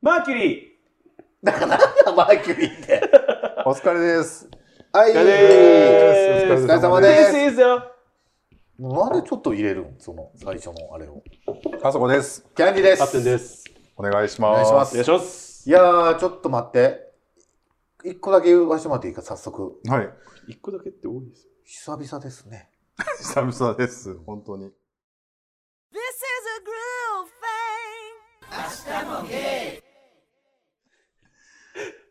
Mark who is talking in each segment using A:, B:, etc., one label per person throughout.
A: マーキュリー
B: マーキュリーって。
C: お疲れです。
B: はい。
A: 疲れ
C: お
A: です
C: 疲れ様
B: お疲れ様です
C: で
A: This is a
B: なんでちょっと入れるんその最初のあれを。
C: す。あそこです。
B: キャンディです。
A: ハッテンです。
C: お願いします。
B: お願いします
A: お願いします。
B: いやー、ちょっと待って。一個だけ言わせてもらっていいか、早速。
C: はい。
A: 一個だけって多いですよ。
B: 久々ですね。
C: 久々です。本当に。
D: This is a groove thing.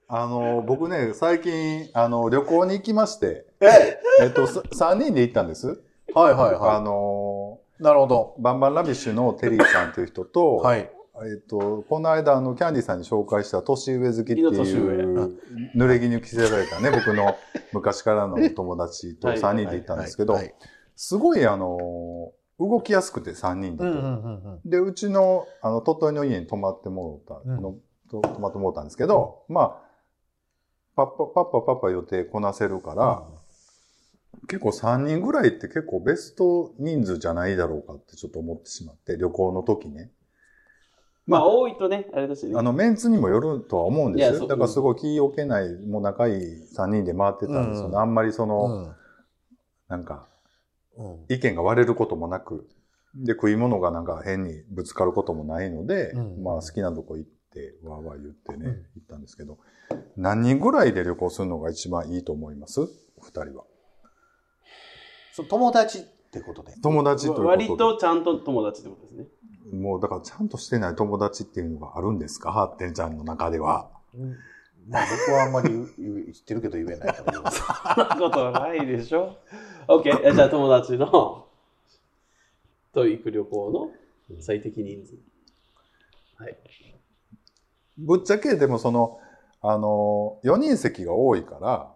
C: あの、僕ね、最近、あの、旅行に行きまして、
B: え
C: えっと、さ3人で行ったんです。
B: はいはい
C: あ
B: は
C: の、
B: い。なるほど。
C: バンバンラビッシュのテリーさんという人と、
B: はい。
C: えっと、この間、あの、キャンディさんに紹介した年上好きって
A: い
C: い
A: いの年上
C: う、濡れ衣着せられたね、僕の昔からのお友達と3人で行ったんですけど
B: はい、はい
C: すごい、あの、動きやすくて3人だ
B: うん
C: と
B: う。んうんうん。
C: で、うちの、あの、鳥取の家に泊まってもろた、
B: うん
C: のと泊まってもろたんですけど、まあ、パッパ、パッパ、パッパ予定こなせるから、結構3人ぐらいって結構ベスト人数じゃないだろうかってちょっと思ってしまって、旅行の時ね。
A: まあ、多いとね、あれだしね。
C: あの、メンツにもよるとは思うんで
A: いや
C: す
A: そう
C: よ。だからすごい気を置けない、もう仲いい3人で回ってたんですよね。
B: うん
C: あんまりその、
B: うん
C: なんか、
B: うん
C: 意見が割れることもなく、で、食い物がなんか変にぶつかることもないので、
B: うん
C: まあ好きなとこ行って、わーわー言ってね、
B: うん
C: 行ったんですけど、何人ぐらいで旅行するのが一番いいと思います二人は。
B: その友達ってことで。
C: 友達ということで。
A: 割とちゃんと友達ってこと ですね。
C: もうだからちゃんとしてない友達っていうのがあるんですかハッテンちゃんの中では。
B: まあ僕はあんまり言う言う知ってるけど言えないから言い ます。
A: そんなことないでしょ。OK。えじゃあ、友達の、と行く旅行の最適人数。
C: ぶっちゃけでもその、あの、4人席が多いから、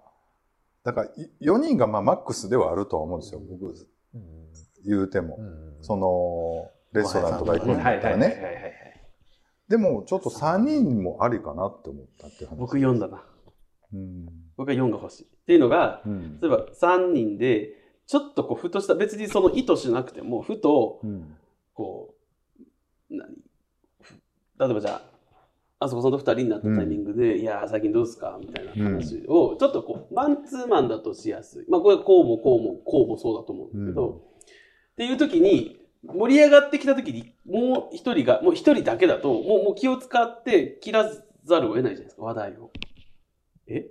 C: だから4人がまあマックスではあるとは思うんですよ。僕、言うても。その、レストランとか行くんだったらね。
A: い。
C: でも、ちょっと3人もありかなって思ったっていう話。
A: 僕4だな。
C: うん。
A: 僕は4が欲しい。っていうのが、
C: うん。
A: 例えば3人で、ちょっとこう、ふとした、別にその意図しなくても、ふと、
C: うん。
A: こう、何例えばじゃあ、あそこさんと二人になったタイミングで、いやー、最近どうですかみたいな話を、ちょっとこう、マンツーマンだとしやすい。まあ、これはこうもこうもこうもそうだと思うんですけど、
C: うん
A: っていう時に、盛り上がってきた時に、もう一人が、もう一人だけだと、もうもう気を使って切らざるを得ないじゃないですか、話題を。え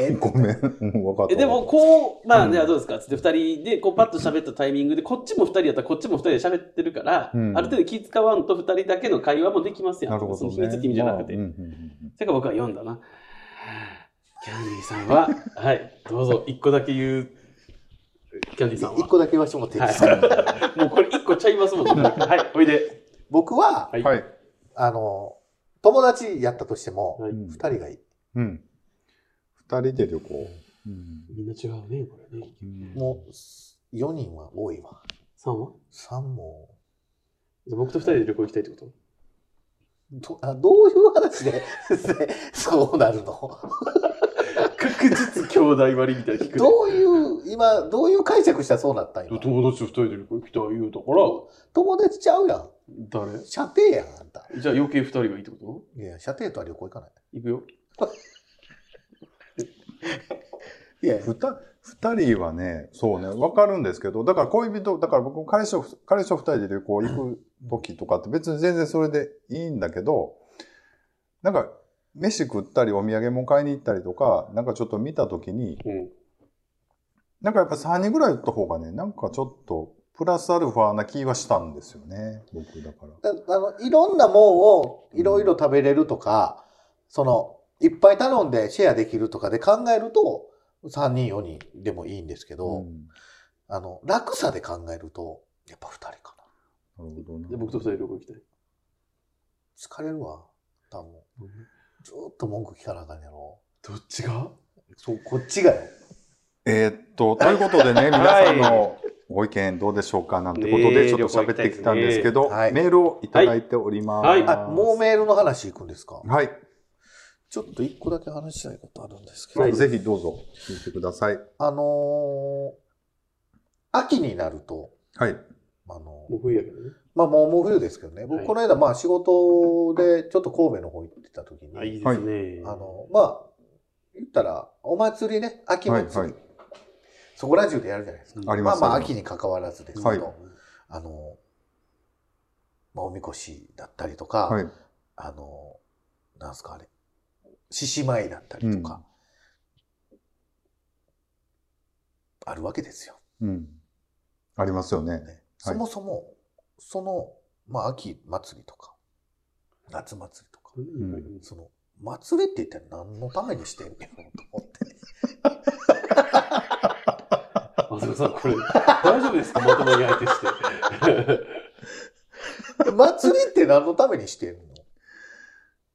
B: え
C: ごめん。うんわかった。
A: えでも、こう、まあ、
C: うん
A: じゃあどうですかっつって二人で、こう、パッと喋ったタイミングで、こっちも二人やったら、こっちも二人で喋ってるから、
C: うん
A: ある程度気使わんと二人だけの会話もできますやん。
C: なるほど、
A: その
C: ね。
A: 秘密って意味じゃなくて。
C: まあうんうんうん
A: それから僕は読んだな。キャンディーさんは、はい、どうぞ、一個だけ言う、キャンディーさん
B: 一
A: は。
B: 個だけ言わせてもらっていいですか、
A: もうこれ一個ちゃいますもんね。はい、おいで。
B: 僕は、
A: はい。
C: はい。
B: あの、友達やったとしても、
A: はい
C: うん
B: 二人がいい。
C: うん。2人で旅行。うん
A: みんな違うね、これね。
B: もう、四人は多いわ。
A: さんは
B: 三も、
A: じゃあ僕と二人で旅行行きたいってこと
B: どあどういう話で そうなるの
A: 確実兄弟割りみたいな聞
B: どういう、今、どういう解釈したらそうなったん今
A: 友達と二人で旅行行きたい言うだか
B: 友達ちゃうやん。
A: ら、誰
B: 射程やん、あんた。
A: じゃあ余計二人がいいってこと
B: いや、射程とは旅行行かない。
A: 行くよ。
B: いや、
C: ふた二人はね、そうね、わかるんですけど、だから恋人、だから僕、彼氏と、彼氏と二人で旅行行く時とかって別に全然それでいいんだけど、なんか、飯食ったりお土産も買いに行ったりとか、なんかちょっと見た時に、
A: うん。
C: なんかやっぱ3人ぐらいだった方がね、なんかちょっと、プラスアルファな気がしたんですよね、僕だから。
B: だあの、いろんなもんをいろいろ食べれるとか、その、いっぱい頼んでシェアできるとかで考えると、3人4人でもいいんですけど、
C: うん
B: あの、楽さで考えると、やっぱ2人かな。
C: なるほどな
A: で、僕と二人で旅行行きたい。
B: 疲れるわ、多分。ずーっと文句聞かなあかんやろ。
A: どっちが
B: そう、こっちがよ。
C: えーっと、ということ でね、皆さんのご意見どうでしょうかなんてこと
A: ねえ
C: で、ちょっと喋ってきたんですけど、
B: 旅行行きたいですね
C: メールをいただいております。
A: はい
B: あ、もうメールの話いくんですか
C: はい。
B: ちょっと1個だけ話したいことあるんですけ
A: は
B: ど
A: い、
C: ぜひどうぞ、聞いてください。
B: あのー秋になると、
C: はい。
B: あの
A: もう冬やけどね。
B: まあもうもう冬ですけどね。
A: は
B: 僕
A: い
B: この間まあ仕事でちょっと神戸の方行ってた時に、
A: あ、いいですね。
B: あの、まあ、言ったらお祭りね、秋
C: は
B: 祭り、
C: い、はい。
B: そこら中でやるじゃないですか。
A: うん
C: あり
B: ま
C: ま
B: あ
C: す
B: まあ
C: ります
B: 秋に関わらずですけど、
C: はい
B: あの、まあおみこしだったりとか、
C: はい。
B: あの、なんすかあれ、獅子舞だったりとか、あるわけですよ。
C: うん。ありますよね。
B: ね、そもそも、その、まあ、秋祭りとか、夏祭りとか、
A: うん
B: その、祭りって一体何のためにして んねんと思って。
A: 松本さん、これ、 大丈夫ですかまともに相手して。
B: 祭りって何のためにしてんの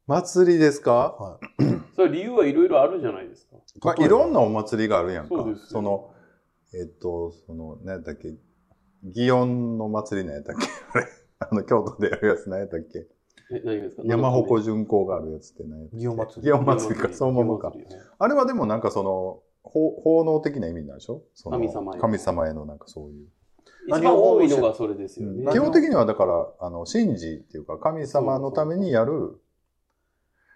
C: 祭りですか
B: はい。
A: それは理由はいろいろあるじゃないですか。
C: まあ、
B: 例え
C: い
B: ば
C: ろんなお祭りがあるやんか。
A: そう
C: そ
A: ですよ
C: の、えっと、その、何やったっけ、祇園の祭り何やったっけあれ、 あの、京都でやるやつ何やったっけ
A: え、何がですか
C: 山鉾巡行があるやつって何やったっけ
B: 祇園祭り
C: 祇園祭りか、そのままか。。あれはでもなんかその、法奉納的な意味なんでしょその
A: 神様への
C: 神様へのなんかそういう。
A: 一番多いのがそれですよ
C: うん
A: ね。
C: 基本的にはだから、あの、神事っていうか、神様のためにやる、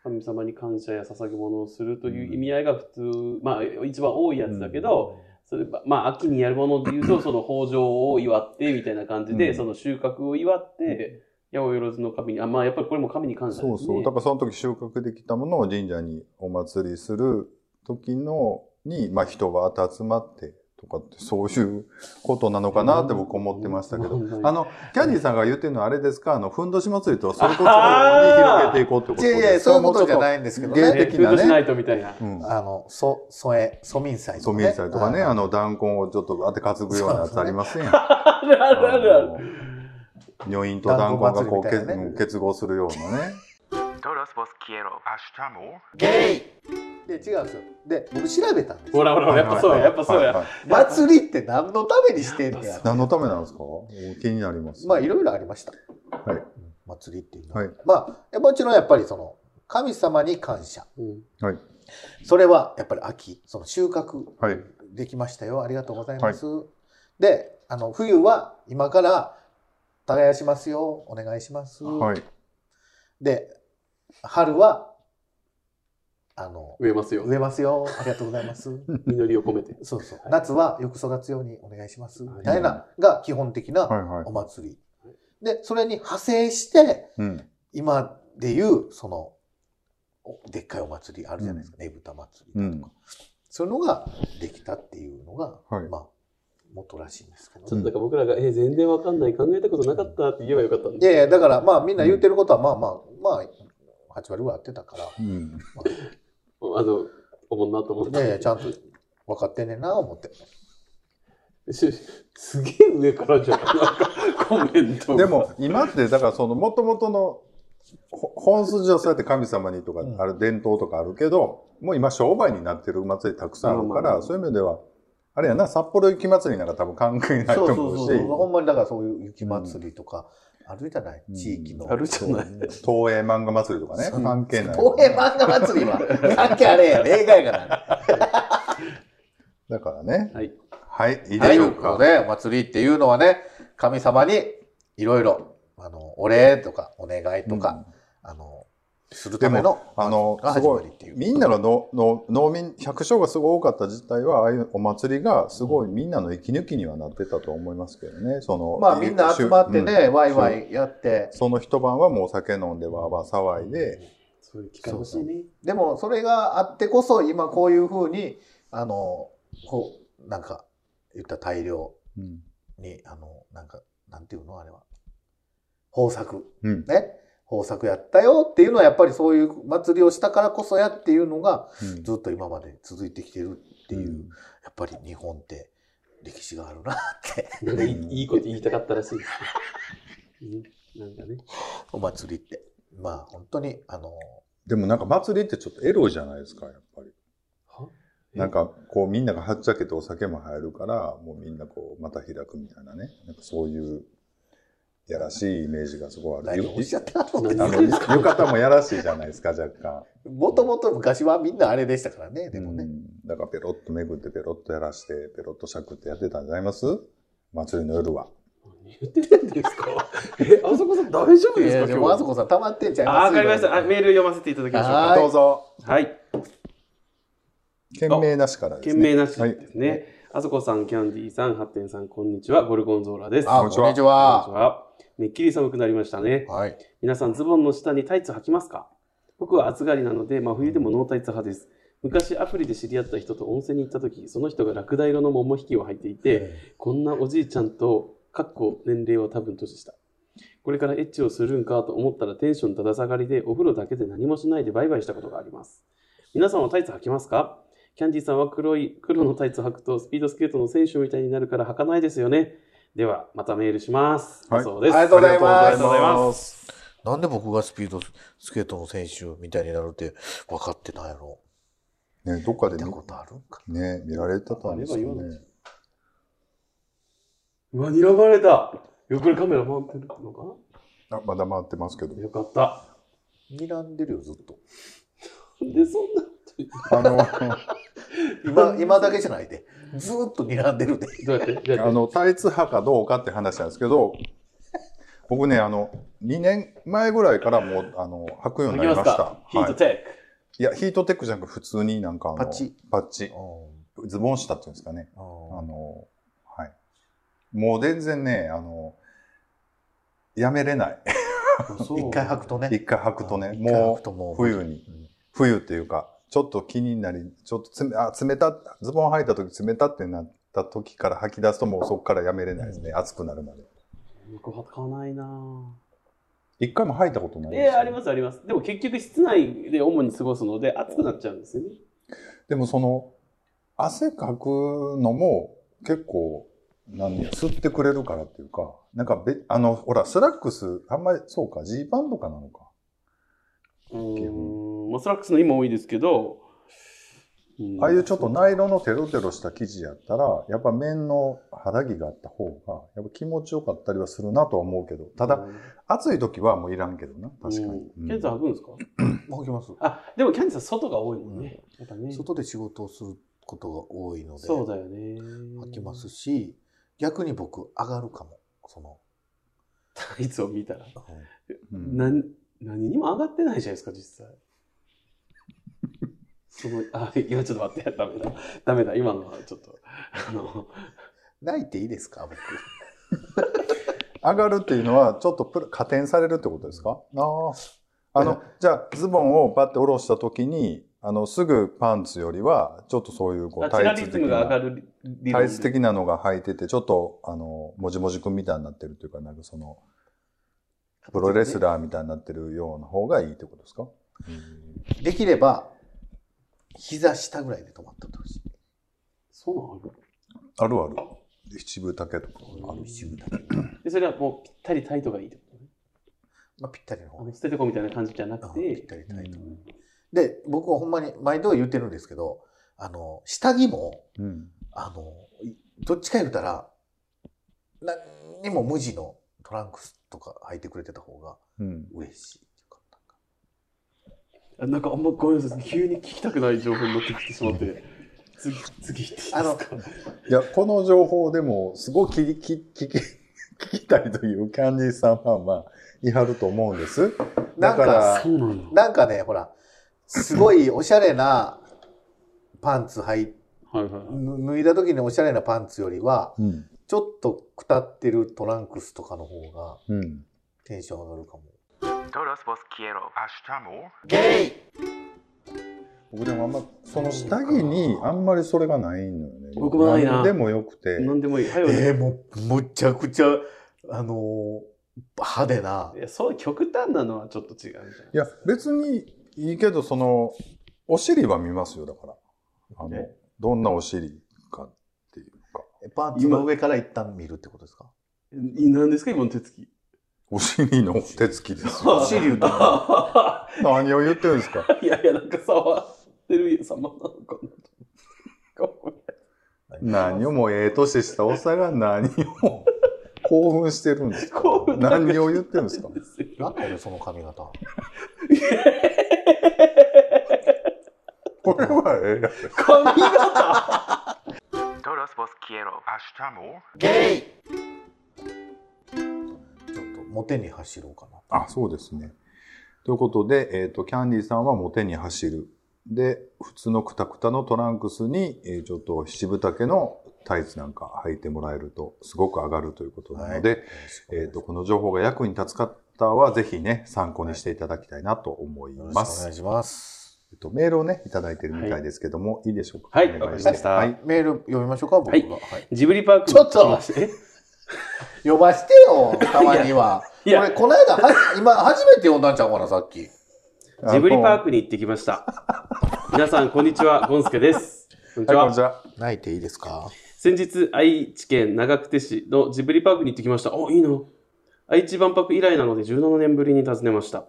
A: 神様に感謝や捧げ物をするという意味合いが普通、まあ、一番多いやつだけど、そればまあ、秋にやるもので言 うと、その豊穣を祝って、みたいな感じで、
C: うん
A: その収穫を祝って、八百万の神に、あ、まあ、やっぱりこれも神に感謝です
C: そ
A: ね。
C: うそう。だからその時収穫できたものを神社にお祭りする時のに、まあ人が集まってとかってそういうことなのかなって僕思ってましたけど。あの、キャディさんが言ってるのはあれですかあの、ふんどし祭りとはそれと違うに広げていこうってこと
B: い
C: です
B: やいや、そういうことじゃ
C: い。
B: ないんですけど
C: もう
A: え
C: ちょっ
B: ね。
C: と
A: ー、フードしないとみたいな。
C: うん。
B: あの、そ、添え、蘇民祭と
C: ソ
B: か、
C: ミ
B: ね。
C: ン祭とかね、
B: はい
C: あの、弾痕をちょっとあって担ぐような やつありますやん。
A: あるあるあるある。
C: あの女院と弾痕がこう、
B: 弾痕祭りみたいなね
C: 結結合するようなね。
E: Todos vos quiero. Hasta luego.
B: ゲイで、違うんですよ。で、僕調べたんです
A: ほ
B: よ。
A: らほらほ ら、やっぱそうや、やっぱそう
C: はい
A: や。
C: はい
B: 祭りって何のためにしてんねや。
C: 何のためなんですか気になります。
B: まあ、いろいろありました。
C: はい
B: 祭りっていうのは。
C: はい。
B: まあ、もちろんやっぱりその、神様に感謝。
A: うん
C: はい。
B: それはやっぱり秋、その収穫
C: はい。
B: できましたよ。ありがとうございます。で、あの、冬は今から耕しますよ。お願いします。
C: はい。
B: で、春は、あの、
A: 植えますよ。
B: 植えますよ。ありがとうございます。
A: 実りを込めて。
B: そうそう
A: は。い
B: 夏はよく育つようにお願いします。み
A: はい
B: たいなが基本的
C: は
B: ない
C: はい
B: お。祭り。で、それに派生して、
C: うん。
B: 今でいう、その、おでっかいお祭りあるじゃないですか。ねぶた祭り
C: う
B: だと
C: ん
B: か。。そういうのができたっていうのが、
C: はい
B: まあ、元らしいんですけど
A: ちょっとだから僕らが、えー、全然わかんない、考えたことなかったって言えばよかったん
B: いやい
A: で。
B: や、だからまあみんな言ってることはまあまあ、まあ、8割は合ってたから、
C: うん。
A: あの、おもんなと思っ
B: いやいや、
A: て。
B: ちゃんと分かってんねんな、思って。
A: し すげえ上からじゃん。なんか、コメントが
C: で、も、今って、だからその、もともとの、ほ本筋はそうやって神様にとか
B: うん、
C: ある伝統とかあるけど、もう今商売になってる祭りたくさんあるか
A: まあま
C: ら、
A: あ
C: そういう意味では、あれやな、札幌雪祭りなんか多分関係ないと
B: そう
C: 思
B: そう
C: う
B: そう
C: し、
B: そう。ほんまにだからそういう雪祭りとか、あるじゃない、
C: うん
B: 地域の。
A: あるじゃない。
C: 東映漫画祭りとかね、
B: そう
C: 関係ない。
B: 東映漫画祭りは、関係あれやん、映画やから。
C: だからね、
A: はい。
C: はい、いい
B: は
C: で
B: い、と
C: しょ
B: いううこと
C: か。
B: で、お祭りっていうのはね、神様にいろいろ、あの、お礼とか、お願いとか、あの、するため
C: で
B: の、
C: あの
B: が、
C: す
B: 始
C: ご
B: ま
C: い
B: りっていう。
C: みんなののの農民、百姓がすごい多かった実態は、ああいうお祭りがすごいみんなの息抜きにはなってたと思いますけどね。その
B: まあみんな集まってね、
C: うん
B: ワイワイやって、
C: その一晩はもうお酒飲んでわーわー騒いで、
A: そういう機会欲しいね。
B: でもそれがあってこそ今こういうふうに、あの、こう、なんか、言ったら大量
C: うん
B: に、あの、なんか、なんていうのあれは。豊作。
C: うん
B: ね。豊作やったよっていうのはやっぱりそういう祭りをしたからこそやっていうのが
C: うん
B: ずっと今まで続いてきてるっていう、
C: うん
B: やっぱり日本って歴史があるな って、
A: なんかいいいいこと言いたかったらしいですね。うんなんかね。
B: お祭りって。まあ本当に、あの、
C: でもなんか祭りってちょっとエロじゃないですか、やっぱり。
A: は
C: なんかこうみんながはっちゃけてお酒も入るから、もうみんなこうまた開くみたいなね。なんかそういうやらしいイメージがすごいある。
B: 何をおっしゃってたの
A: 何
C: あの浴衣もやらしいじゃないですか、若干。
B: もともと昔はみんなあれでしたからね、でも
C: う
B: ね。
C: んだからペロッとめぐってペロッとやらしてペロッとしゃくってやってたんじゃないます祭りの夜は。
A: 何言ってたんですかえ、あそこさん大丈夫
B: い
A: です
B: や
A: か
B: で
A: 今
B: もあ
A: 日
B: そこさん溜まってんちゃい
A: あ、
B: ます
A: わかりました。あメール読ませていただきましょう
B: は
A: か。
B: い
C: どうぞ。
A: はい。
C: 懸命なしからです
A: 件
C: ね。
A: 名なし
C: はい
A: ですね。あそこさん、キャンディーさん、ハッテンさん、こんにちは。ゴルゴンゾーラです。
B: あこんにちは
A: こんにちは。めっきり寒くなりましたね。
B: はい
A: 皆さん、ズボンの下にタイツ履きますか僕は暑がりなので、真冬でもノータイツ派です。昔、アプリで知り合った人と温泉に行った時、その人がラクダ色の桃引きを履いていて、こんなおじいちゃんと、かっこ年齢は多分年下。これからエッチをするんかと思ったらテンションだだ下がりでお風呂だけで何もしないでバイバイしたことがあります。皆さんはタイツ履きますかキャンディーさんは黒い、黒のタイツ履くとスピードスケートの選手みたいになるから履かないですよね。では、またメールします。
C: はい
A: だそうです。
B: ありがとうございます
A: ありがとうございます。
B: なんで僕がスピードスケートの選手みたいになるって分かってないの
C: ね、どっかで
B: 見た
C: 見
B: ことあるんか
C: ね、見られてたんですよ
A: あれは言わな
C: ね。
A: うわ、睨まれた。横にカメラ回ってるのか
C: あまだ回ってますけど
A: な。よかった。
B: 睨んでるよずっ と
A: で、そんな。
C: あの、
B: 今今だけじゃないでずっと睨んで るで
A: どうやってどうやって
C: あの、タイツ派かどうかって話なんですけど、僕ね、あの、2年前ぐらいからもう、あの、履くように
A: 行
C: な
A: きま
C: り
A: す
C: ました。
A: か。ヒート
C: はい。
A: テ
C: いや、ヒートテックじゃなく普通になんかあの、
B: パッチ。
C: パッチ。ズボン下っていうんですかね。あの、はい。もう全然ね、あの、やめれない。
A: ック。そう
B: 一回履くとね
C: 一回履くとね、
B: 一回履
C: も
B: くとも
C: う
B: う
C: 冬に
B: う。ん
C: 冬っていうか、ちょっと気になり、ちょっとつめあ冷た、ズボン履いた時冷たってなった時から吐き出すともうそこからやめれないですね。暑くなるまで。
A: 僕は買わないなぁ
C: 一回も吐いたことない
A: ええあり
C: す。
A: ますあります。でも結局室内で主に過ごすので暑くなっちゃうんですよね。
C: でもその、汗かくのも結構、何吸ってくれるからっていうか、なんかべ、あの、ほら、スラックス、あんまり、そうか、ジーパンとかなのか。
A: うーん。まあスラックスの今多いですけど、うん
C: ああいうちょっとナイロンのテロテロした生地やったら、やっぱ面の肌着があった方が、やっぱ気持ちよかったりはするなとは思うけど、ただ、暑い時はもういらんけどな、確かに。
A: う
C: うん
A: ん、ケンさん履くんですか
B: もう行きます
A: あ、でもキャンディさん外が多いもんね。やっぱね。
B: 外で仕事をすることが多いので
A: そうだよね。
B: 履き ます。し逆に僕上がるかもその
A: タイツを見たら。
C: うん
A: なん何にも上がってないじゃないですか、実際。 その、あ、いや、ちょっと待って、ダメだ。ダメだ、今のはちょっと。あの、
B: 泣いていいですか僕
C: 上がるっていうのは、ちょっとプラ加点されるってことですかああ。あの、じゃあ、ズボンをパッて下ろした時に、あの、すぐパンツよりは、ちょっとそういう、こ
A: あ
C: う、
A: チラ
C: 体
A: リ
C: 質
A: ズ
C: 的
A: ムが上が
C: な、
A: る理論
C: 体
A: で
C: 質的なのが履いてて、ちょっと、あの、もじもじくんみたいになってるというか、なんかその、プロレスラーみたいになってるような方がいいってことですか
B: できれば膝下ぐらいで止まっておいてほしい
A: そうなの
C: あるある。七分丈とか。
B: あの一部だけ、
A: でそれはもうぴったりタイトがいいってことね。
B: まあ、ぴったりの
A: あ
B: 方が
A: の捨ててこみたいな感じじゃなく、
B: うんぴってたりタイトで僕はほんまに毎度言ってるんですけどあの下着も
C: うん。
B: あのいどっちか言うたら何にも無地のトランクスとか履いてくれてた方が
C: うん。
B: 嬉しいっていう
A: あ
B: かなんか
A: なんかあんまごめんなさい、急に聞きたくない情報に乗ってきてしまって、次、次行っていいですか
B: あの
C: いや、この情報でも、すごい聞き、聞き、聞きたいというキャンディーさんファンは、いはると思うんです。だ
B: な
C: か
B: ん
C: ら、
A: そうなの
B: なんかねほらすごいおしゃれなパンツ履い
A: はいはいはい。
B: ぬ脱いだ時におしゃれなパンツよりは
C: うん。
B: ちょっとくたってるトランクスとかの方が
C: うん。
B: テンション上がるかも。
E: Todos vos quiero. Hasta more.
B: ゲイ
C: 僕でもあんま、その下着にあんまりそれがないのよね。
A: 僕もないな
C: 何でもよくて。
A: なんでもいい。はよ
B: え
A: ね。。
B: ー、もう、むちゃくちゃ、あのー派手ない
A: や、そう、極端なのはちょっと違うじゃん。
C: いや、別にいいけど、その、お尻は見ますよ、だから。あの
A: え、
C: どんなお尻かっていうか。
B: パンツの上から一旦見るってことですか
A: い何ですか、今の手つき。
C: お尻の手つきですよ。
B: お尻言うとか
A: あ
C: 何を言ってるんですか。
A: いやいや、なんか触ってる様なのかな。ごめん
C: 何をもうええ年したおっさんが何を 興奮してるんですか
A: 興奮なんか
C: 何を言ってるんですか
A: ですよ
B: なんで俺その髪型
C: これはええやつ
A: 髪型
E: Todos vos quiero. Hasta more.
B: ゲイモテに走ろうかな。
C: あ、そうですね。ということで、えっ、と、キャンディーさんはモテに走る。で、普通のクタクタのトランクスに、えーちょっと七分丈のタイツなんか履いてもらえると、すごく上がるということなので、えっ、と、この情報が役に立つ方は、ぜひね、参考にしていただきたいなと思い
B: よろ
C: ま
B: しくお
C: す。
B: 願いします。
C: えっと、メールをね、いただいてるみたいですけども、い、いでしょうか
A: はい
C: お願し
A: わかりました
C: はい。
B: メール読みましょうか、僕が。
A: はい
B: はい
A: ジブリパーク
B: ちょっと
A: ましてえ
B: 読ましてよ、たまには。
A: いや
B: 俺、この間、は今、初めて読んだんちゃうかな、さっき。
A: ジブリパー
C: ク。
A: クに行ってきました。皆さん、こんにちは。ゴンスケです。こんにち
C: はい、こん
A: は
C: にち。は。
B: 泣いていいですか
A: 先日、愛知県長久手市のジブリパークに行ってきました。お、いいな。愛知万博以来なので17年ぶりに訪ねました。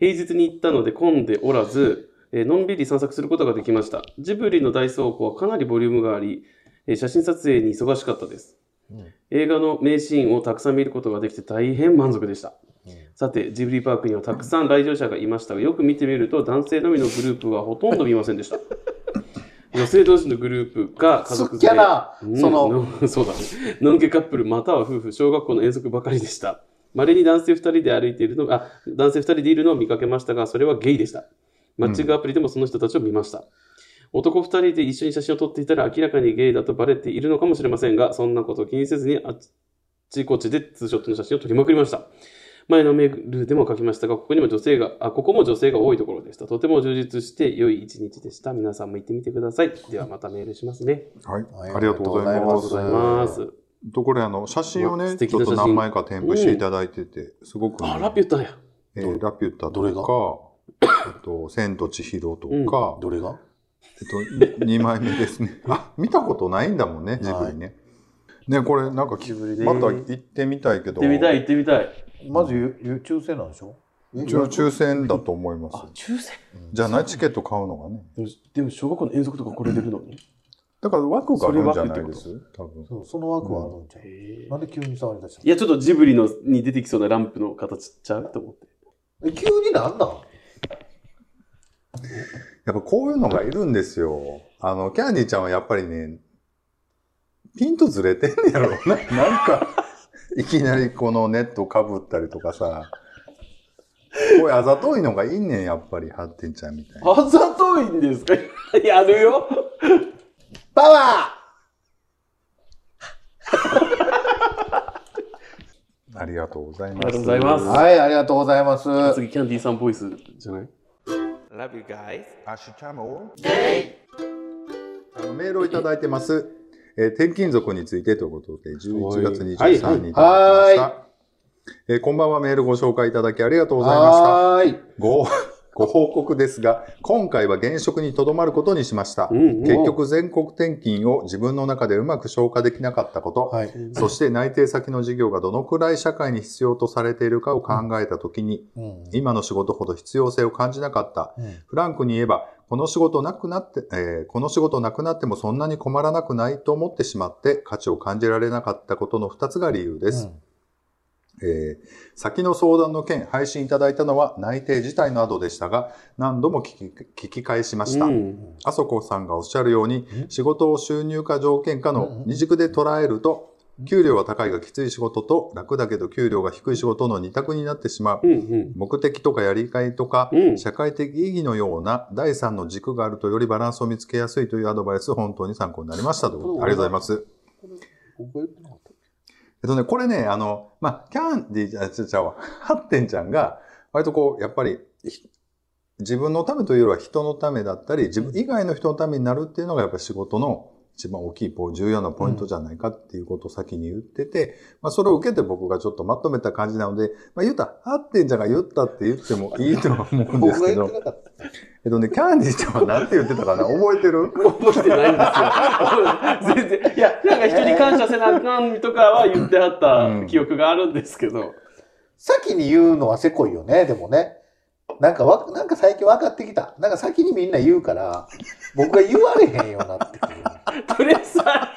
A: 平日に行ったので混んでおらず、えーのんびり散策することができました。ジブリの大倉庫はかなりボリュームがあり、えー写真撮影に忙しかったです。
B: うん
A: 映画の名シーンをたくさん見ることができて大変満足でした。さて、ジブリパークにはたくさん来場者がいましたが、よく見てみると男性のみのグループはほとんど見ませんで した。女性同士のグループか家
B: す
A: 族
B: っき
A: 連
B: ゃ
A: れ。
B: な、
A: うん
B: その、
A: のそうだね。のんけカップルまたは夫婦、小学校の遠足ばかりでした。稀に男性2人で歩いているのあ、男性2人でいるのを見かけましたが、それはゲイでした。マッチングアプリでもその人たちを見ました。男2人で一緒に写真を撮っていたら明らかにゲイだとバレているのかもしれませんが、そんなことを気にせずにあっちこっちでツーショットの写真を撮りまくりました。前のメールでも書きましたが、ここにも女性が、あ、ここも女性が多いところでした。とても充実して良い一日でした。皆さんも行ってみてください。ではまたメールしますね。
C: はい。
B: はい
C: ありがとうござい
B: ありがと
C: ま
B: うご
C: す。
B: ざい
A: ます。
C: とこれ、あの、写真を
A: うわ
C: ね、
A: 素
C: ち
A: 敵
C: ょ
A: な
C: っ
A: 写
C: と
A: 真
C: 何枚か添付していただいてて、すごくね、
A: あ、ラピュタや。
C: えーラピュタと
B: どれが
C: か、えっと、千と千尋とか、
B: どれが
C: えっと、2枚目ですね。 あ、見たことないんだもんね、ジブリね。ね、これ、なんかき、
A: ブリね
C: また行ってみたいけど、
A: 行ってみたい、行ってみたい。
B: まず、ゆゆ抽選なんでしょ
C: 抽抽選だと思います。
A: 抽選
C: じゃないチケット買うのがね。
A: でも、でも小学校の遠足とかこれ出るのに。
C: だから枠があるんじゃないです多分。
B: そうその枠はあるんちゃう、
A: い
B: なんで急に触り出したの
A: や、ちょっとジブリのに出てきそうなランプの形ちゃうと思って。
B: え急になんなん
C: やっぱこういうのがいるんですよ。あの、キャンディーちゃんはやっぱりね、ピンとずれてんねやろうな。 なんか、いきなりこのネットかぶったりとかさ、こういうあざといのがいいねん、やっぱり、ハッテンちゃんみたいな。
A: あざといんですか やるよ。
B: パワ
C: ありがとうございます。
A: ありがとうございます
B: ーはい、ありがとうございます。
A: 次、キャンディーさんボイスじゃない
E: Love you guys.
C: 明日もあのメールをいただいてます。えー転勤族についてということで、11月23日いただきました。
B: はいはい
C: えーこんばんは、メールご紹介いただきありがとうございました。
B: はーい。
C: ご、 ご報告ですが、今回は現職にとどまることにしました。
A: んうん
C: 結局全国転勤を自分の中でうまく消化できなかったこと、
B: はい。
C: そして内定先の事業がどのくらい社会に必要とされているかを考えたときに、
B: うん。
C: 今の仕事ほど必要性を感じなかった。
B: うん
C: フランクに言えば、この仕事なくなって、えーこの仕事なくなってもそんなに困らなくないと思ってしまって価値を感じられなかったことの2つが理由です。えー先の相談の件、配信いただいたのは内定自体などでしたが、何度も聞き聞き返しました。
A: ん。
C: あそこさんがおっしゃるように、仕事を収入か条件か
B: うん
C: の
B: うん
C: 二軸で捉えると、給料が高いがきつい仕事と、楽だけど給料が低い仕事の二択になってしまう
A: う。んうん。
C: 目的とかやりがいとか、
A: うん
C: 社会的意義のような第三の軸があるとよりバランスを見つけやすいというアドバイス、本当に参考になりましたと。ありがとうございます。
B: 覚えてなかった。
C: えっとね、これね、あの、まあ、キャンディーちゃん、ちゃちゃうわ、ハッテンちゃんが、割とこう、やっぱり、ひ自分のためというよりは人のためだったり、自分以外の人のためになるっていうのが、やっぱり仕事の一番大きい、こう重要なポイントじゃないかっていうことを先に言ってて、まあ、それを受けて僕がちょっとまとめた感じなので、まあ、言うた、ハッテンちゃんが言ったって言ってもいいとは思うんで
B: 僕
C: す
B: が
C: け
B: 言って
C: ど、
B: なかった。
C: えっとね、キャンディーちゃんは何て言ってたかな覚えてる
A: 覚えてないんですよ。全然。いや、なんか人に感謝せなあかんとかは言ってはった記憶があるんですけど。
B: 先に言うのはせこいよね、でもね。なんかわ、なんか最近分かってきた。なんか先にみんな言うから、僕が言われへんようになってくる。
A: とりあえずさ、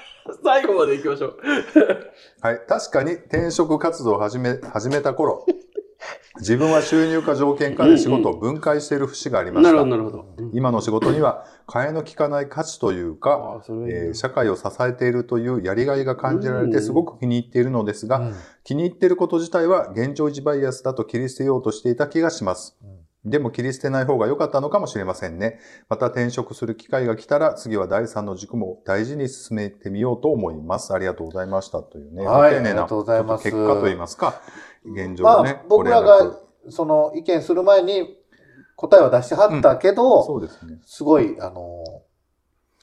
A: 最後まで行きましょう。
C: はい。確かに転職活動を始め、始めた頃、自分は収入か条件かで仕事を分解している節がありまし
A: な
C: た。
A: るほど、なるほど。
C: 今の仕事には替えの利かない価値というか、
A: ああ、それはいいな
C: えー社会を支えているというやりがいが感じられてすごく気に入っているのですが、
B: うん
C: 気に入っていること自体は現状維持バイアスだと切り捨てようとしていた気がします。でも切り捨てない方が良かったのかもしれませんね。また転職する機会が来たら、次は第三の軸も大事に進めてみようと思います。ありがとうございました。という ね、
B: はい
C: ご丁寧
B: あり
C: な
B: がとうございます
C: ちょっと結果といいますか、現状
B: ま
C: をね、
B: あ、僕ら
C: これな
B: が
C: く
B: その意見する前に答えは出してはったけど、
C: そうです ね。
B: すごい、あの、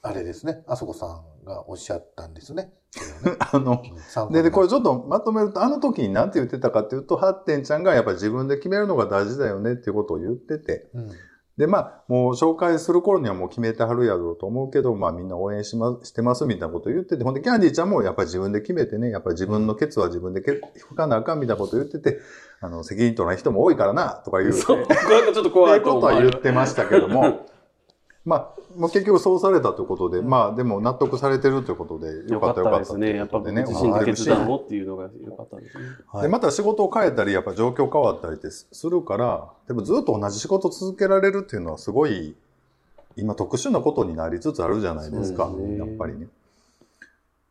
B: あれですね、あそこさんがおっしゃったんです ね。
C: あの、
B: 参考に
C: で、で、これちょっとまとめると、あの時に何て言ってたかっていうと、ハッテンちゃんがやっぱり自分で決めるのが大事だよねっていうことを言ってて、
B: うん
C: で、まあ、もう紹介する頃にはもう決めてはるやろうと思うけど、まあみんな応援しま、してますみたいなことを言ってて、ほんでキャンディーちゃんもやっぱり自分で決めてね、やっぱり自分のケツは自分でケ吹かなあかんみたいなことを言ってて、あの、責任取らない人も多いからな、とか言うて。
A: そう、これがちょっと
C: と
A: 怖
C: い
A: い
C: うことと
A: 思わ
C: は
A: れ
C: 言
A: る
C: ってましたけども、まあ、もう結局そうされたということで、まあでも納得されてるということで、よ
A: よ
C: か
A: か
C: っ
A: った
C: よか
A: たで
C: った
A: す
C: と
A: ね。
C: い
A: や
C: う
A: っ
C: こ
A: ぱ
C: とで
A: 僕
C: ね
A: 自身の決
C: お話し
A: 断をっていうのが良かったですね。
B: はい
C: でまた仕事を変えたりやっぱ状況変わったりですするからでもずっと同じ仕事続けられるっていうのはすごい今特殊なことになりつつあるじゃないですか
A: そうですね
C: やっぱりね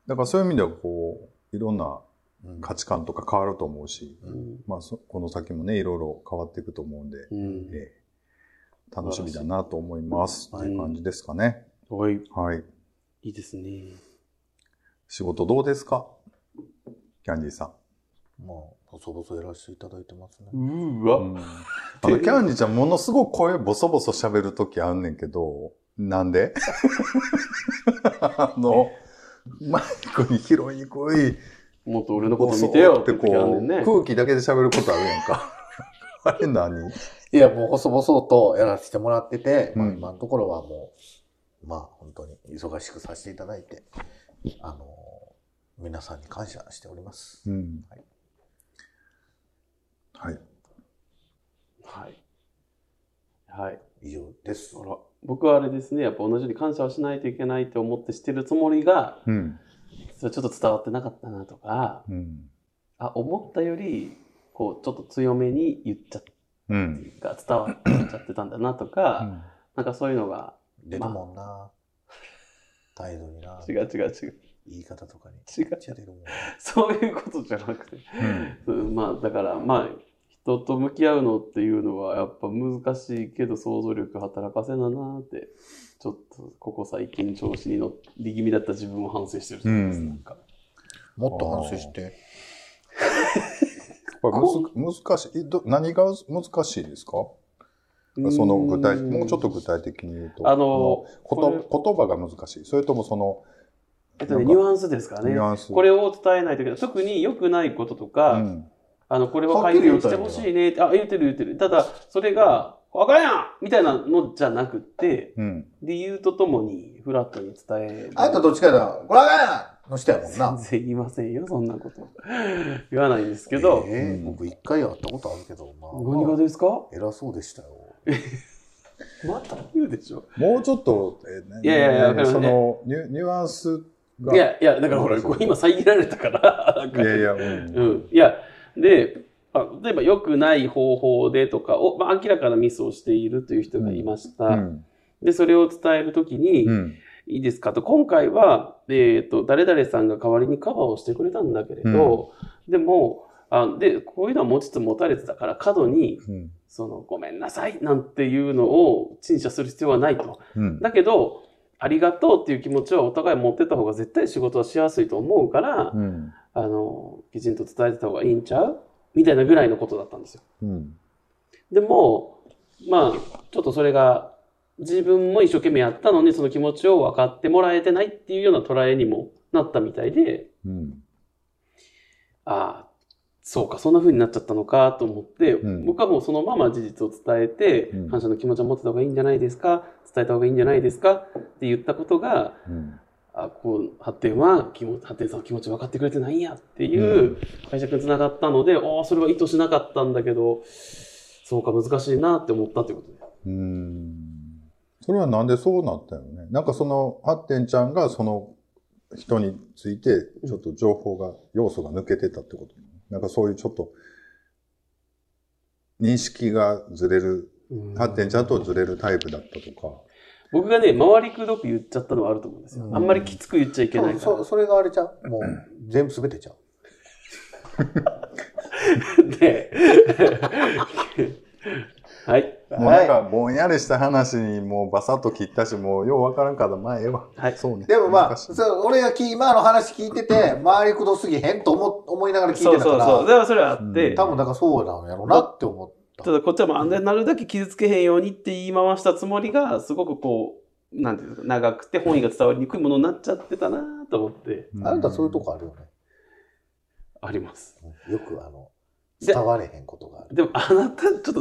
C: だからそういう意味ではこういろんな
B: うん
C: 価値観とか変わると思うし、
A: うん
C: まあ、そこの先もねいろいろ変わっていくと思うんで、
A: うん
C: ええ楽しみだなと思いますという感じですかね、
A: はい、
C: はい
A: いいですね。
C: 仕事どうですかキャンディーさん
B: もう、細々やらせていただいてますね。
A: うわ。
C: あのキャンディちゃんものすごく声ボソボソ喋るときあんねんけど、なんで あの、マイクに拾いにくい、
A: もっと俺のこと見てよ
C: っ
A: ってて
C: こ
A: 時あんね
C: う、
A: んね。
C: 空気だけで喋ることあるやんか。 あれ何
B: いや、もう、細々とやらせてもらってて、まあ
C: うん
B: 今のところはもう、まあ、本当に忙しくさせていただいて、あの、皆さんに感謝しております。
C: うん
B: はい。
C: はい。
A: はい。はい。
B: 以上です。
A: あら、僕はあれですね、やっぱ同じように感謝をしないといけないと思ってしてるつもりが、
C: うん。
A: それちょっと伝わってなかったなとか、
C: うん。
A: あ、思ったより、こう、ちょっと強めに言っちゃっ
C: うん。
A: が伝わっちゃってたんだなとか、なんかそういうのが、
B: 出るもんな。態度に な。
A: 違う違う違う。
B: 言い方とかに。
A: 違う
B: 出るもんな。
A: そういうことじゃなくて。
C: うん
A: うんまあ、だから、まあ、人と向き合うのっていうのはやっぱ難しいけど想像力働かせななって、ちょっとここ最近調子に乗り気味だった自分を反省してるじゃないです
C: う
A: か。
C: ん
A: なんか
B: もっと反省して。
C: これむず難しいど、何が難しいですかその具体、もうちょっと具体的に言うと。
A: あの
C: このこと、言葉が難しい。それともその、
A: えっとね、
C: な
A: ニ
C: んか
A: ュアンスですから
C: ニ
A: ね
C: ュ。アンス。
A: これを伝えないといけない。特に良くないこととか、
C: うん
A: あの、これは改善してほしいね。あ、言ってる言ってる。ただ、それが、あかんやんみたいなのじゃなくて、
C: うん。
A: 理由とともにフラットに伝える。
B: あんたどっちかだ。これあかんやんの人やもん
A: 全。
B: な
A: 然言いませんよ、そんなこと。言わないんですけど。
B: えー
C: うん
B: 僕一回やったことあるけど、まあ、
A: 何がですか
B: 偉そうでしたよ。
A: また言うでしょ。
C: もうちょっと、えーね
A: いやいやいやわかります
C: そのニュニュアンスが。
A: いやいや、だからほら、
C: そうそう
A: こう今遮られたから。なん
C: い
A: か
C: やいや、うん。
A: うん。いや、で、まあ例えば良くない方法でとかを、まあ、明らかなミスをしているという人がいました。
C: うん。
A: で、それを伝えるときに、
C: うん。
A: いいですかと、今回は、えっ、と、誰々さんが代わりにカバーをしてくれたんだけれど、でも、あで、こういうのは持ちつ持たれてたから、過度に、
C: うん。
A: その、ごめんなさいなんていうのを陳謝する必要はないと。
C: うん。
A: だけど、ありがとうっていう気持ちはお互い持ってた方が絶対仕事はしやすいと思うから、
C: うん。
A: あの、きちんと伝えてた方がいいんちゃうみたいなぐらいのことだったんですよ。
C: うん。
A: でも、まあ、ちょっとそれが、自分も一生懸命やったのに、その気持ちを分かってもらえてないっていうような捉えにもなったみたいで、
C: うん。
A: ああ、そうか、そんな風になっちゃったのかと思って、
C: ん
A: 僕はもうそのまま事実を伝えて、
C: うん
A: 感謝の気持ちを持ってた方がいいんじゃないですか、伝えた方がいいんじゃないですかって言ったことが、
C: うん。
A: あこう発展は気も発展さんの気持ち分かってくれてないんやっていう解釈につながったので、ああそれは意図しなかったんだけどそうか難しいなって思ったってことで
C: うん。それはなんでそうなったよね。なんかその、ハッテンちゃんがその人について、ちょっと情報が、要素が抜けてたってこと。なんかそういうちょっと、認識がずれる、
B: うん
C: 発展ちゃんとずれるタイプだったとか。
A: 僕がね、回りくどく言っちゃったのはあると思うんですよ
B: う。ん
A: あんまりきつく言っちゃいけないか
B: そうそ
A: ら。
B: それがあれちゃうもう全部全てちゃう。
A: で はい。
C: もうなんかぼんやりした話にもうバサッと切ったし、もうようわからんから、まあええわ。
A: はい
C: そうね。
B: でもまあ、
C: 昔
B: そう俺がき今の話聞いてて、回りくどすぎへんと思思いながら聞いてた
A: そ
B: か
A: う
B: ら、
A: そうそう。でもそれはあって、
C: うん
B: 多分だからそうなのやろうなって思った
A: た。だこっちはもうあんななるだけ傷つけへんようにって言い回したつもりが、すごくこう、なんていうんですか、長くて本意が伝わりにくいものになっちゃってたなと思って、
B: あなたそういうとこあるよね。
A: あります。
B: よくあの、
A: で
B: 伝われへんことがあ
A: でもあなた、ちょっと、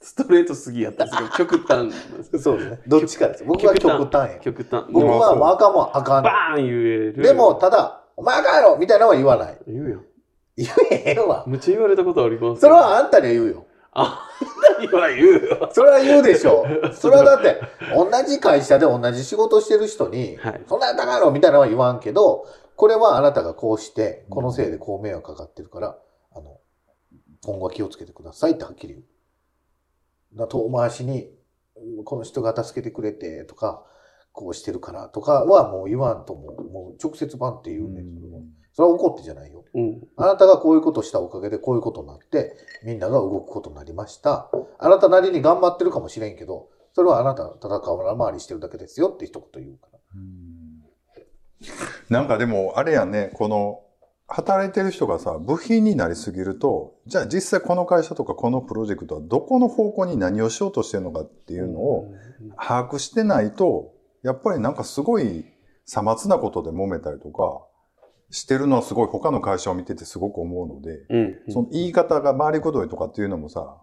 A: ストレートすぎやったんですけど、極端。
B: る。そうですね。 どっちかです。僕は極端や。
A: 極端。
B: 僕
A: もう、
B: はもうあかんもんあかんね
A: バーン言え
B: ん。
A: る。
B: でも、、ただ、お前あかんやろみたいなのは言わない。
A: 言うよ。
B: 言えへんわ。
A: むっちゃ言われたことあります。
B: それはあんたには言うよ。
A: あんたには言うよ。
B: それは言うでしょ う。それはだって、同じ会社で同じ仕事してる人に、
A: はい
B: そんなん高いのみたいなのは言わんけど、これはあなたがこうして、このせいでこう迷惑かかってるから、あの、今後は気をつけてくださいってはっきり言う。だ遠回しに、うんこの人が助けてくれてとか、こうしてるからとかはもう言わんともう、もう直接バンって言うね、それは。それは怒ってじゃないよ。
A: うん。
B: あなたがこういうことしたおかげでこういうことになって、みんなが動くことになりました。あなたなりに頑張ってるかもしれんけど、それはあなたがただ空回りしてるだけですよって一言言うから。
C: うんなんかでも、あれやね、この、働いてる人がさ、部品になりすぎると、じゃあ実際この会社とかこのプロジェクトはどこの方向に何をしようとしてるのかっていうのを把握してないと、やっぱりなんかすごいさまつなことで揉めたりとかしてるのはすごい他の会社を見ててすごく思うので、
A: うん。うん。
C: その言い方が回りくどいとかっていうのもさ、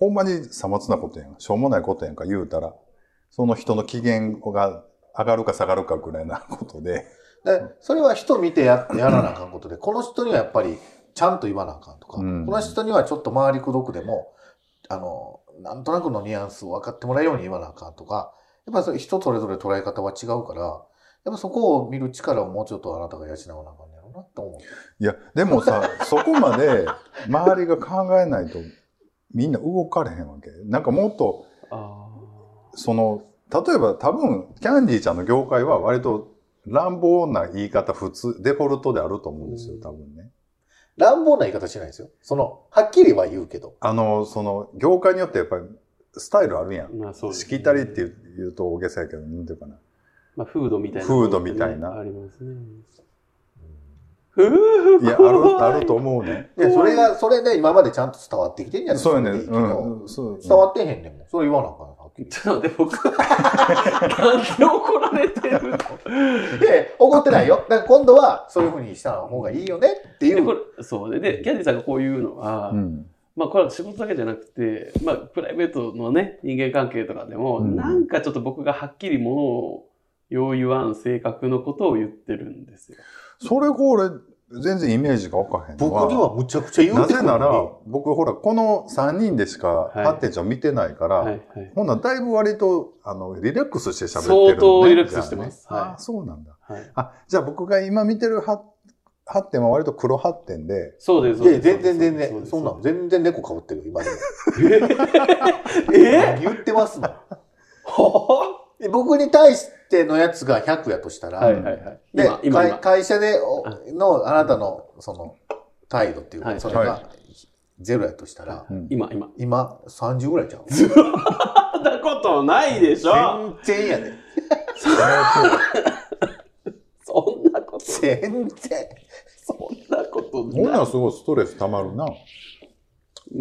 C: ほんまにさまつなことやん。しょうもないことやんか言うたら、その人の機嫌が上がるか下がるかぐらいなことで、
B: で、それは人見てややらなあかんことで、この人にはやっぱりちゃんと言わなあかんとか、
C: うん
B: この人にはちょっと回りくどくでも、あの、なんとなくのニュアンスを分かってもらうように言わなあかんとか、やっぱりそれ人それぞれ捉え方は違うから、やっぱそこを見る力をもうちょっとあなたが養わなあかんやろうなと思う。
C: いや、でもさ、そこまで周りが考えないとみんな動かれへんわけ。なんかもっと、
A: あ
C: その、例えば多分、キャンディーちゃんの業界は割と乱暴な言い方、普通、デフォルトであると思うんですよ、多分ね。
B: 乱暴な言い方しないですよ。その、はっきりは言うけど。
C: あの、その、業界によってやっぱりスタイルあるや
A: ー
C: ん。
A: まあそうです
C: し
A: ね
C: きたりって言う言うと大げさやけど、なんていうかな。
A: まあ、フードみたいな、
C: フードみたいな
A: ありますね。ふ
C: い
A: ー
C: や、ある、あると思うね。
B: で、それが、それで今までちゃんと伝わってきてんじゃない
C: そうやね。
B: れでいいけど
C: うん。そう
B: 伝わってへんねんもん。それ言わなあかんよはっきり。
A: ちょっと待って、僕、 なんで怒られてるの
B: で、怒ってない よ。だから今度は、そういうふうにした方がいいよねってい
A: でこ
B: う。
A: れそうね。で、キャンディーさんがこういうのは、
C: うん。
A: まあこれは仕事だけじゃなくて、まあプライベートのね、人間関係とかでも、
C: うん
A: なんかちょっと僕がはっきりものを、よう言わん性格のことを言ってるんですよ。
C: それこれ、全然イメージがわかへんの。
B: 僕にはむちゃくちゃ言
C: な
B: うて
C: ぜ
B: くる
C: なら
B: の、
C: 僕ほら、この3人でしか、
A: はい
C: ハッテンちゃん見てないから、
A: はいはい。
C: ほんならだいぶ割と、あの、リラックスして喋ってる、ね。
A: 相当リラックスしてます
C: じゃあね
A: はい
C: あ、そうなんだ。
A: はい、
C: あ、じゃあ僕が今見てるハッテンは割と黒ハッテンで、
A: そうです。
B: に。
A: そう
B: で、
A: です
B: 全然全
A: うで
B: 然、
A: す
B: そんなの、全然猫かぶってるよ、今でも。
A: え
B: 何言ってますので僕に対してのやつが100やとしたら、
A: はいはいはい。
B: で、
A: 今、今、
B: 会会社でお
A: あ
B: のあなたのその態度っていうか、
A: はい
B: それが
C: は
B: ゼロやとしたら、
C: うん
A: 今、今、今。
B: 今30ぐらいちゃう
A: そんなことないでしょ
B: 全然やで。
A: そんなこと、そ
B: 全然。
A: んなこと
C: ほんな
A: ない。
C: らすごいストレス溜まるな。
A: う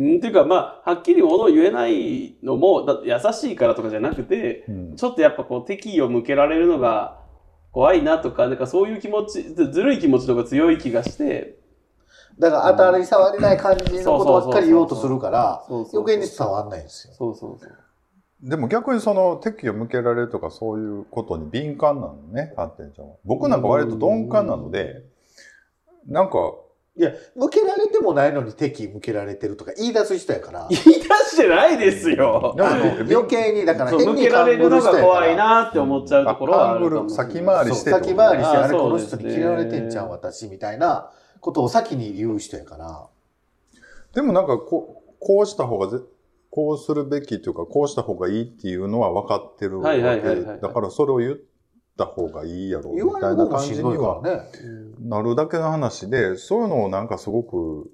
A: ん、っていうか、まあ、はっきりものを言えないのも、だって優しいからとかじゃなくて、
C: うん
A: ちょっとやっぱこう敵意を向けられるのが怖いなとか、なんかそういう気持ち、ずずるい気持ちの方が強い気がして、
B: だから当たり障りない感じのことばっかり言おうとするから、
A: そうそうそう
B: 余計に伝わんないんですよ。
A: そうそうそう。
C: でも逆にその敵を向けられるとかそういうことに敏感なのね、ハッテンちゃんは。僕なんか割と鈍感なので、なんか、
B: いや、向けられてもないのに敵意向けられてるとか言い出す人やから、
A: 言い出してないですよ。
C: な
B: あ
C: ん
B: の
C: かび
B: 余計に、だから
A: そう
B: 変
A: 向
B: に
A: けら
B: 勘ぐ
A: れるの
B: る人
A: が
B: や
A: 怖い
B: から。
A: なって思っちゃうところはあるかもしれ
C: あ
A: な
C: アン
A: い
C: グル先回り
B: そう
C: してって
B: 先
C: こと
B: 回りして、
A: あー
B: あれこの
A: そ
B: 人
A: うです
B: に
A: ね
B: 嫌われてんちゃう私みたいなことを先に言う人やから。
C: でもなんかこ、こうした方がぜ、こうするべきというか、こうした方がいいっていうのは分かってるわ
A: はい
C: け
A: はいはいはい
C: だからそれを言った方がいいやろ、み
B: 言われ
C: た
B: る
C: いな
B: のも
C: 感
B: しん
C: じ
B: どい
C: に
B: か
C: は
B: らね。
C: なるだけの話で、そういうのをなんかすごく、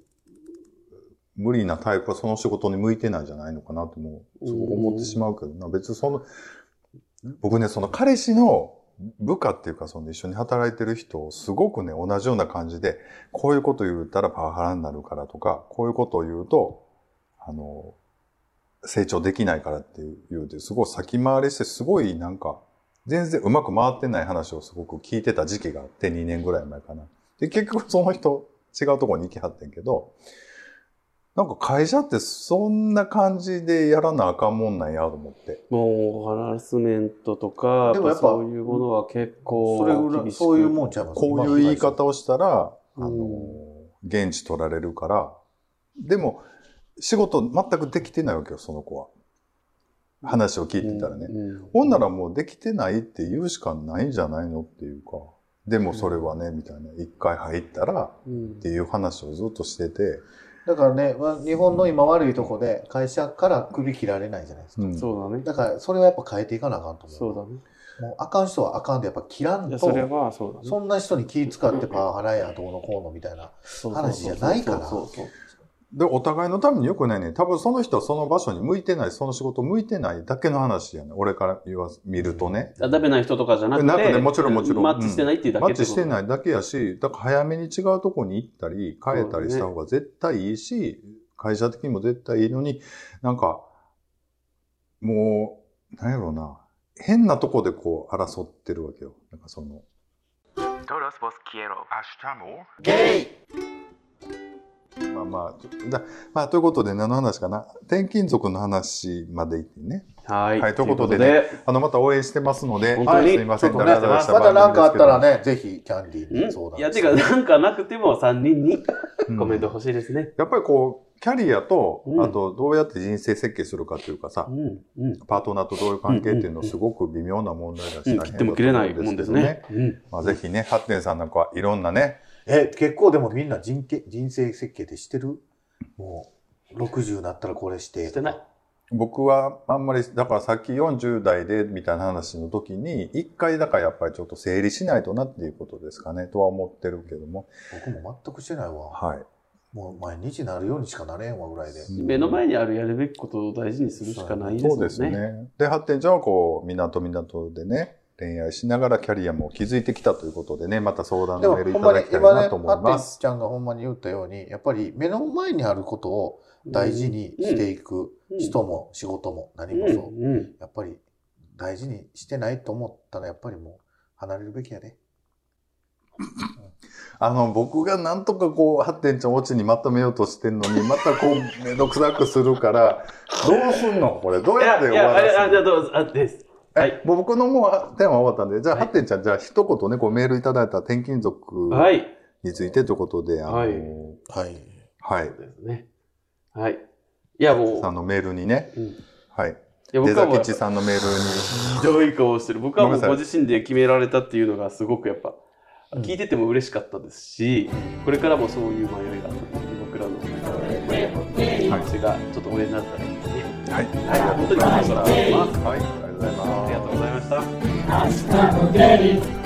C: 無理なタイプはその仕事に向いてないんじゃないのかなとも、すごく思ってしまうけどな。別にその、僕ね、その彼氏の部下っていうか、その一緒に働いてる人をすごくね、同じような感じで、こういうこと言ったらパワハラになるからとか、こういうことを言うと、あの、成長できないからっていうて、すごい先回りして、すごいなんか、全然うまく回ってない話をすごく聞いてた時期があって、2年ぐらい前かな。で、結局その人、違うところに行きはってんけど、なんか会社ってそんな感じでやらなあかんもんなんやと思って。
A: もうハラスメントとか、
B: でもやっぱ
A: そういうものは結構
B: それぐら
A: 厳
B: い、
A: しく
B: そういうもんちゃいます
C: こういう言い方
B: を。
C: をしたら、あ
A: うん
C: の、現地取られるから。でも、仕事全くできてないわけよ、その子は。話を聞いてたらね。
A: うんうん
C: ほんならもうできてないって言うしかないんじゃないのっていうか。でもそれはね、みたいな。一回入ったら
A: うん
C: っていう話をずっとしてて。
B: だからね、まあ日本の今悪いとこで会社から首切られないじゃないですか。
C: うん
A: そうだね。
B: だから、それはやっぱ変えていかなあかんと思う。
A: そうだね。
B: もうあかん人はあかんでやっぱ切らん
A: い
B: と
A: や、それはそうだね。
B: そんな人に気使ってパワハラやどうのこうのみたいな
A: そうそうそう
B: 話じゃないから
A: そうそうそう
C: で、お互いのために良くないね。多分その人はその場所に向いてない、その仕事向いてないだけの話やね。俺から言わす、見るとね。
A: ダメな人とかじゃなくて、
C: なんかねもちろんもちろん
A: マッチしてないっていうだけ
C: マッチして
A: い。
C: ないだけやし、だから早めに違うとこに行ったり、変えたりした方が絶対いいし、会社的にも絶対いいのに、なんか、もう、なんやろな、変なとこでこう争ってるわけよ。なんかその、
E: Todos vos quiero. Hashtamo.
B: ゲイ
C: まあまあ、だまあ、ということで何の話かな。転勤族の話まで行ってね。
A: はい。
C: はいということでねあの、また応援してますので、
A: 本当に
C: すいません、
A: ちょっとね
C: ダラダラした
B: また何かあったら
C: 番組
B: ね、ぜひキャンディー
A: う
B: に
A: ん
B: 相談
A: いや、てか、なんかなくても3人に
C: ですけど
A: コメント欲しいですね。
C: やっぱりこう、キャリアと
A: う、ん
C: あと、どうやって人生設計するかというかさ
A: う、ん、うん。
C: パートナーとどういう関係っていうのすごく微妙な問題だし、
A: う
C: 大変
A: ん
C: だ
A: 切っても切れない
C: と思
A: も
C: うん
A: です
C: けど
A: ね。。うん。
C: まあ、ぜひね、ハッテンさんなんかはいろんなね、
B: え、結構でもみんな人け人生設計ってしてるもう、60になったらこれして。
A: してない。
C: 僕はあんまり、だからさっき40代でみたいな話の時に、一回だからやっぱりちょっと整理しないとなっていうことですかね、とは思ってるけども。
B: 僕も全くしてないわ。
C: はい。
B: もう毎日なるようにしかなれんわぐらいで。
C: うん
A: 目の前にあるやるべきことを大事にするしかないです
C: そ
A: も
C: うんですね。で、発展ちゃんはこう、港港でね、恋愛しながらキャリアも築いてきたということでね、また相談
B: で
C: の
B: も
C: メールい
B: ほ
C: た
B: んま
C: だ
B: に
C: きたい
B: 今ね、
C: な
B: ア
C: と思いま
B: ッテ
C: す。
B: ンちゃんがほんまに言ったように、やっぱり目の前にあることを大事にしていく
A: うん
B: 人も仕事も何も
A: う
B: そう。
A: ん。うん。
B: やっぱり大事にしてないと思ったらやっぱりもう離れるべきやで。
C: あの、僕がなんとかこう、発展ちゃんをオチにまとめようとしてんのに、またこう、めんどくさくする から、どうすんのこれ、どう
A: い
C: やって
A: や、い
C: 終わ
A: や、あれ、あ
C: ら
A: じゃあ
C: せる
A: どうぞ、あ、です。は
C: え
A: い。
C: もう僕のもう、テーマは終わったんで、じゃあ、ハッテンちゃん、じゃあ、一言ね、こう、メールいただいた転勤族
A: はい。
C: についてということ
A: は
C: で、
A: い
C: あの、
B: はい。
C: はい。
A: そうですね。はい。いや、もう
C: さん、のメールにね、
A: うんい
C: はい。
A: や、
C: 出
A: 僕はも
C: 崎
A: う、
C: 吉さんのメールに、
A: ひどい顔してる。僕はも
C: ごめん
A: う
C: なさ
A: ご
C: い
A: 自身で決められたっていうのがすごくやっぱ、
B: うん
A: 聞いてても嬉しかったですし、これからもそういう迷いがあった時僕らの話がちょっと俺になったらいいですね。
C: はい、
A: はい、本当に感謝しております。
C: はい、ありがとうございます
A: ありがとうございました。
F: 明日もゲイ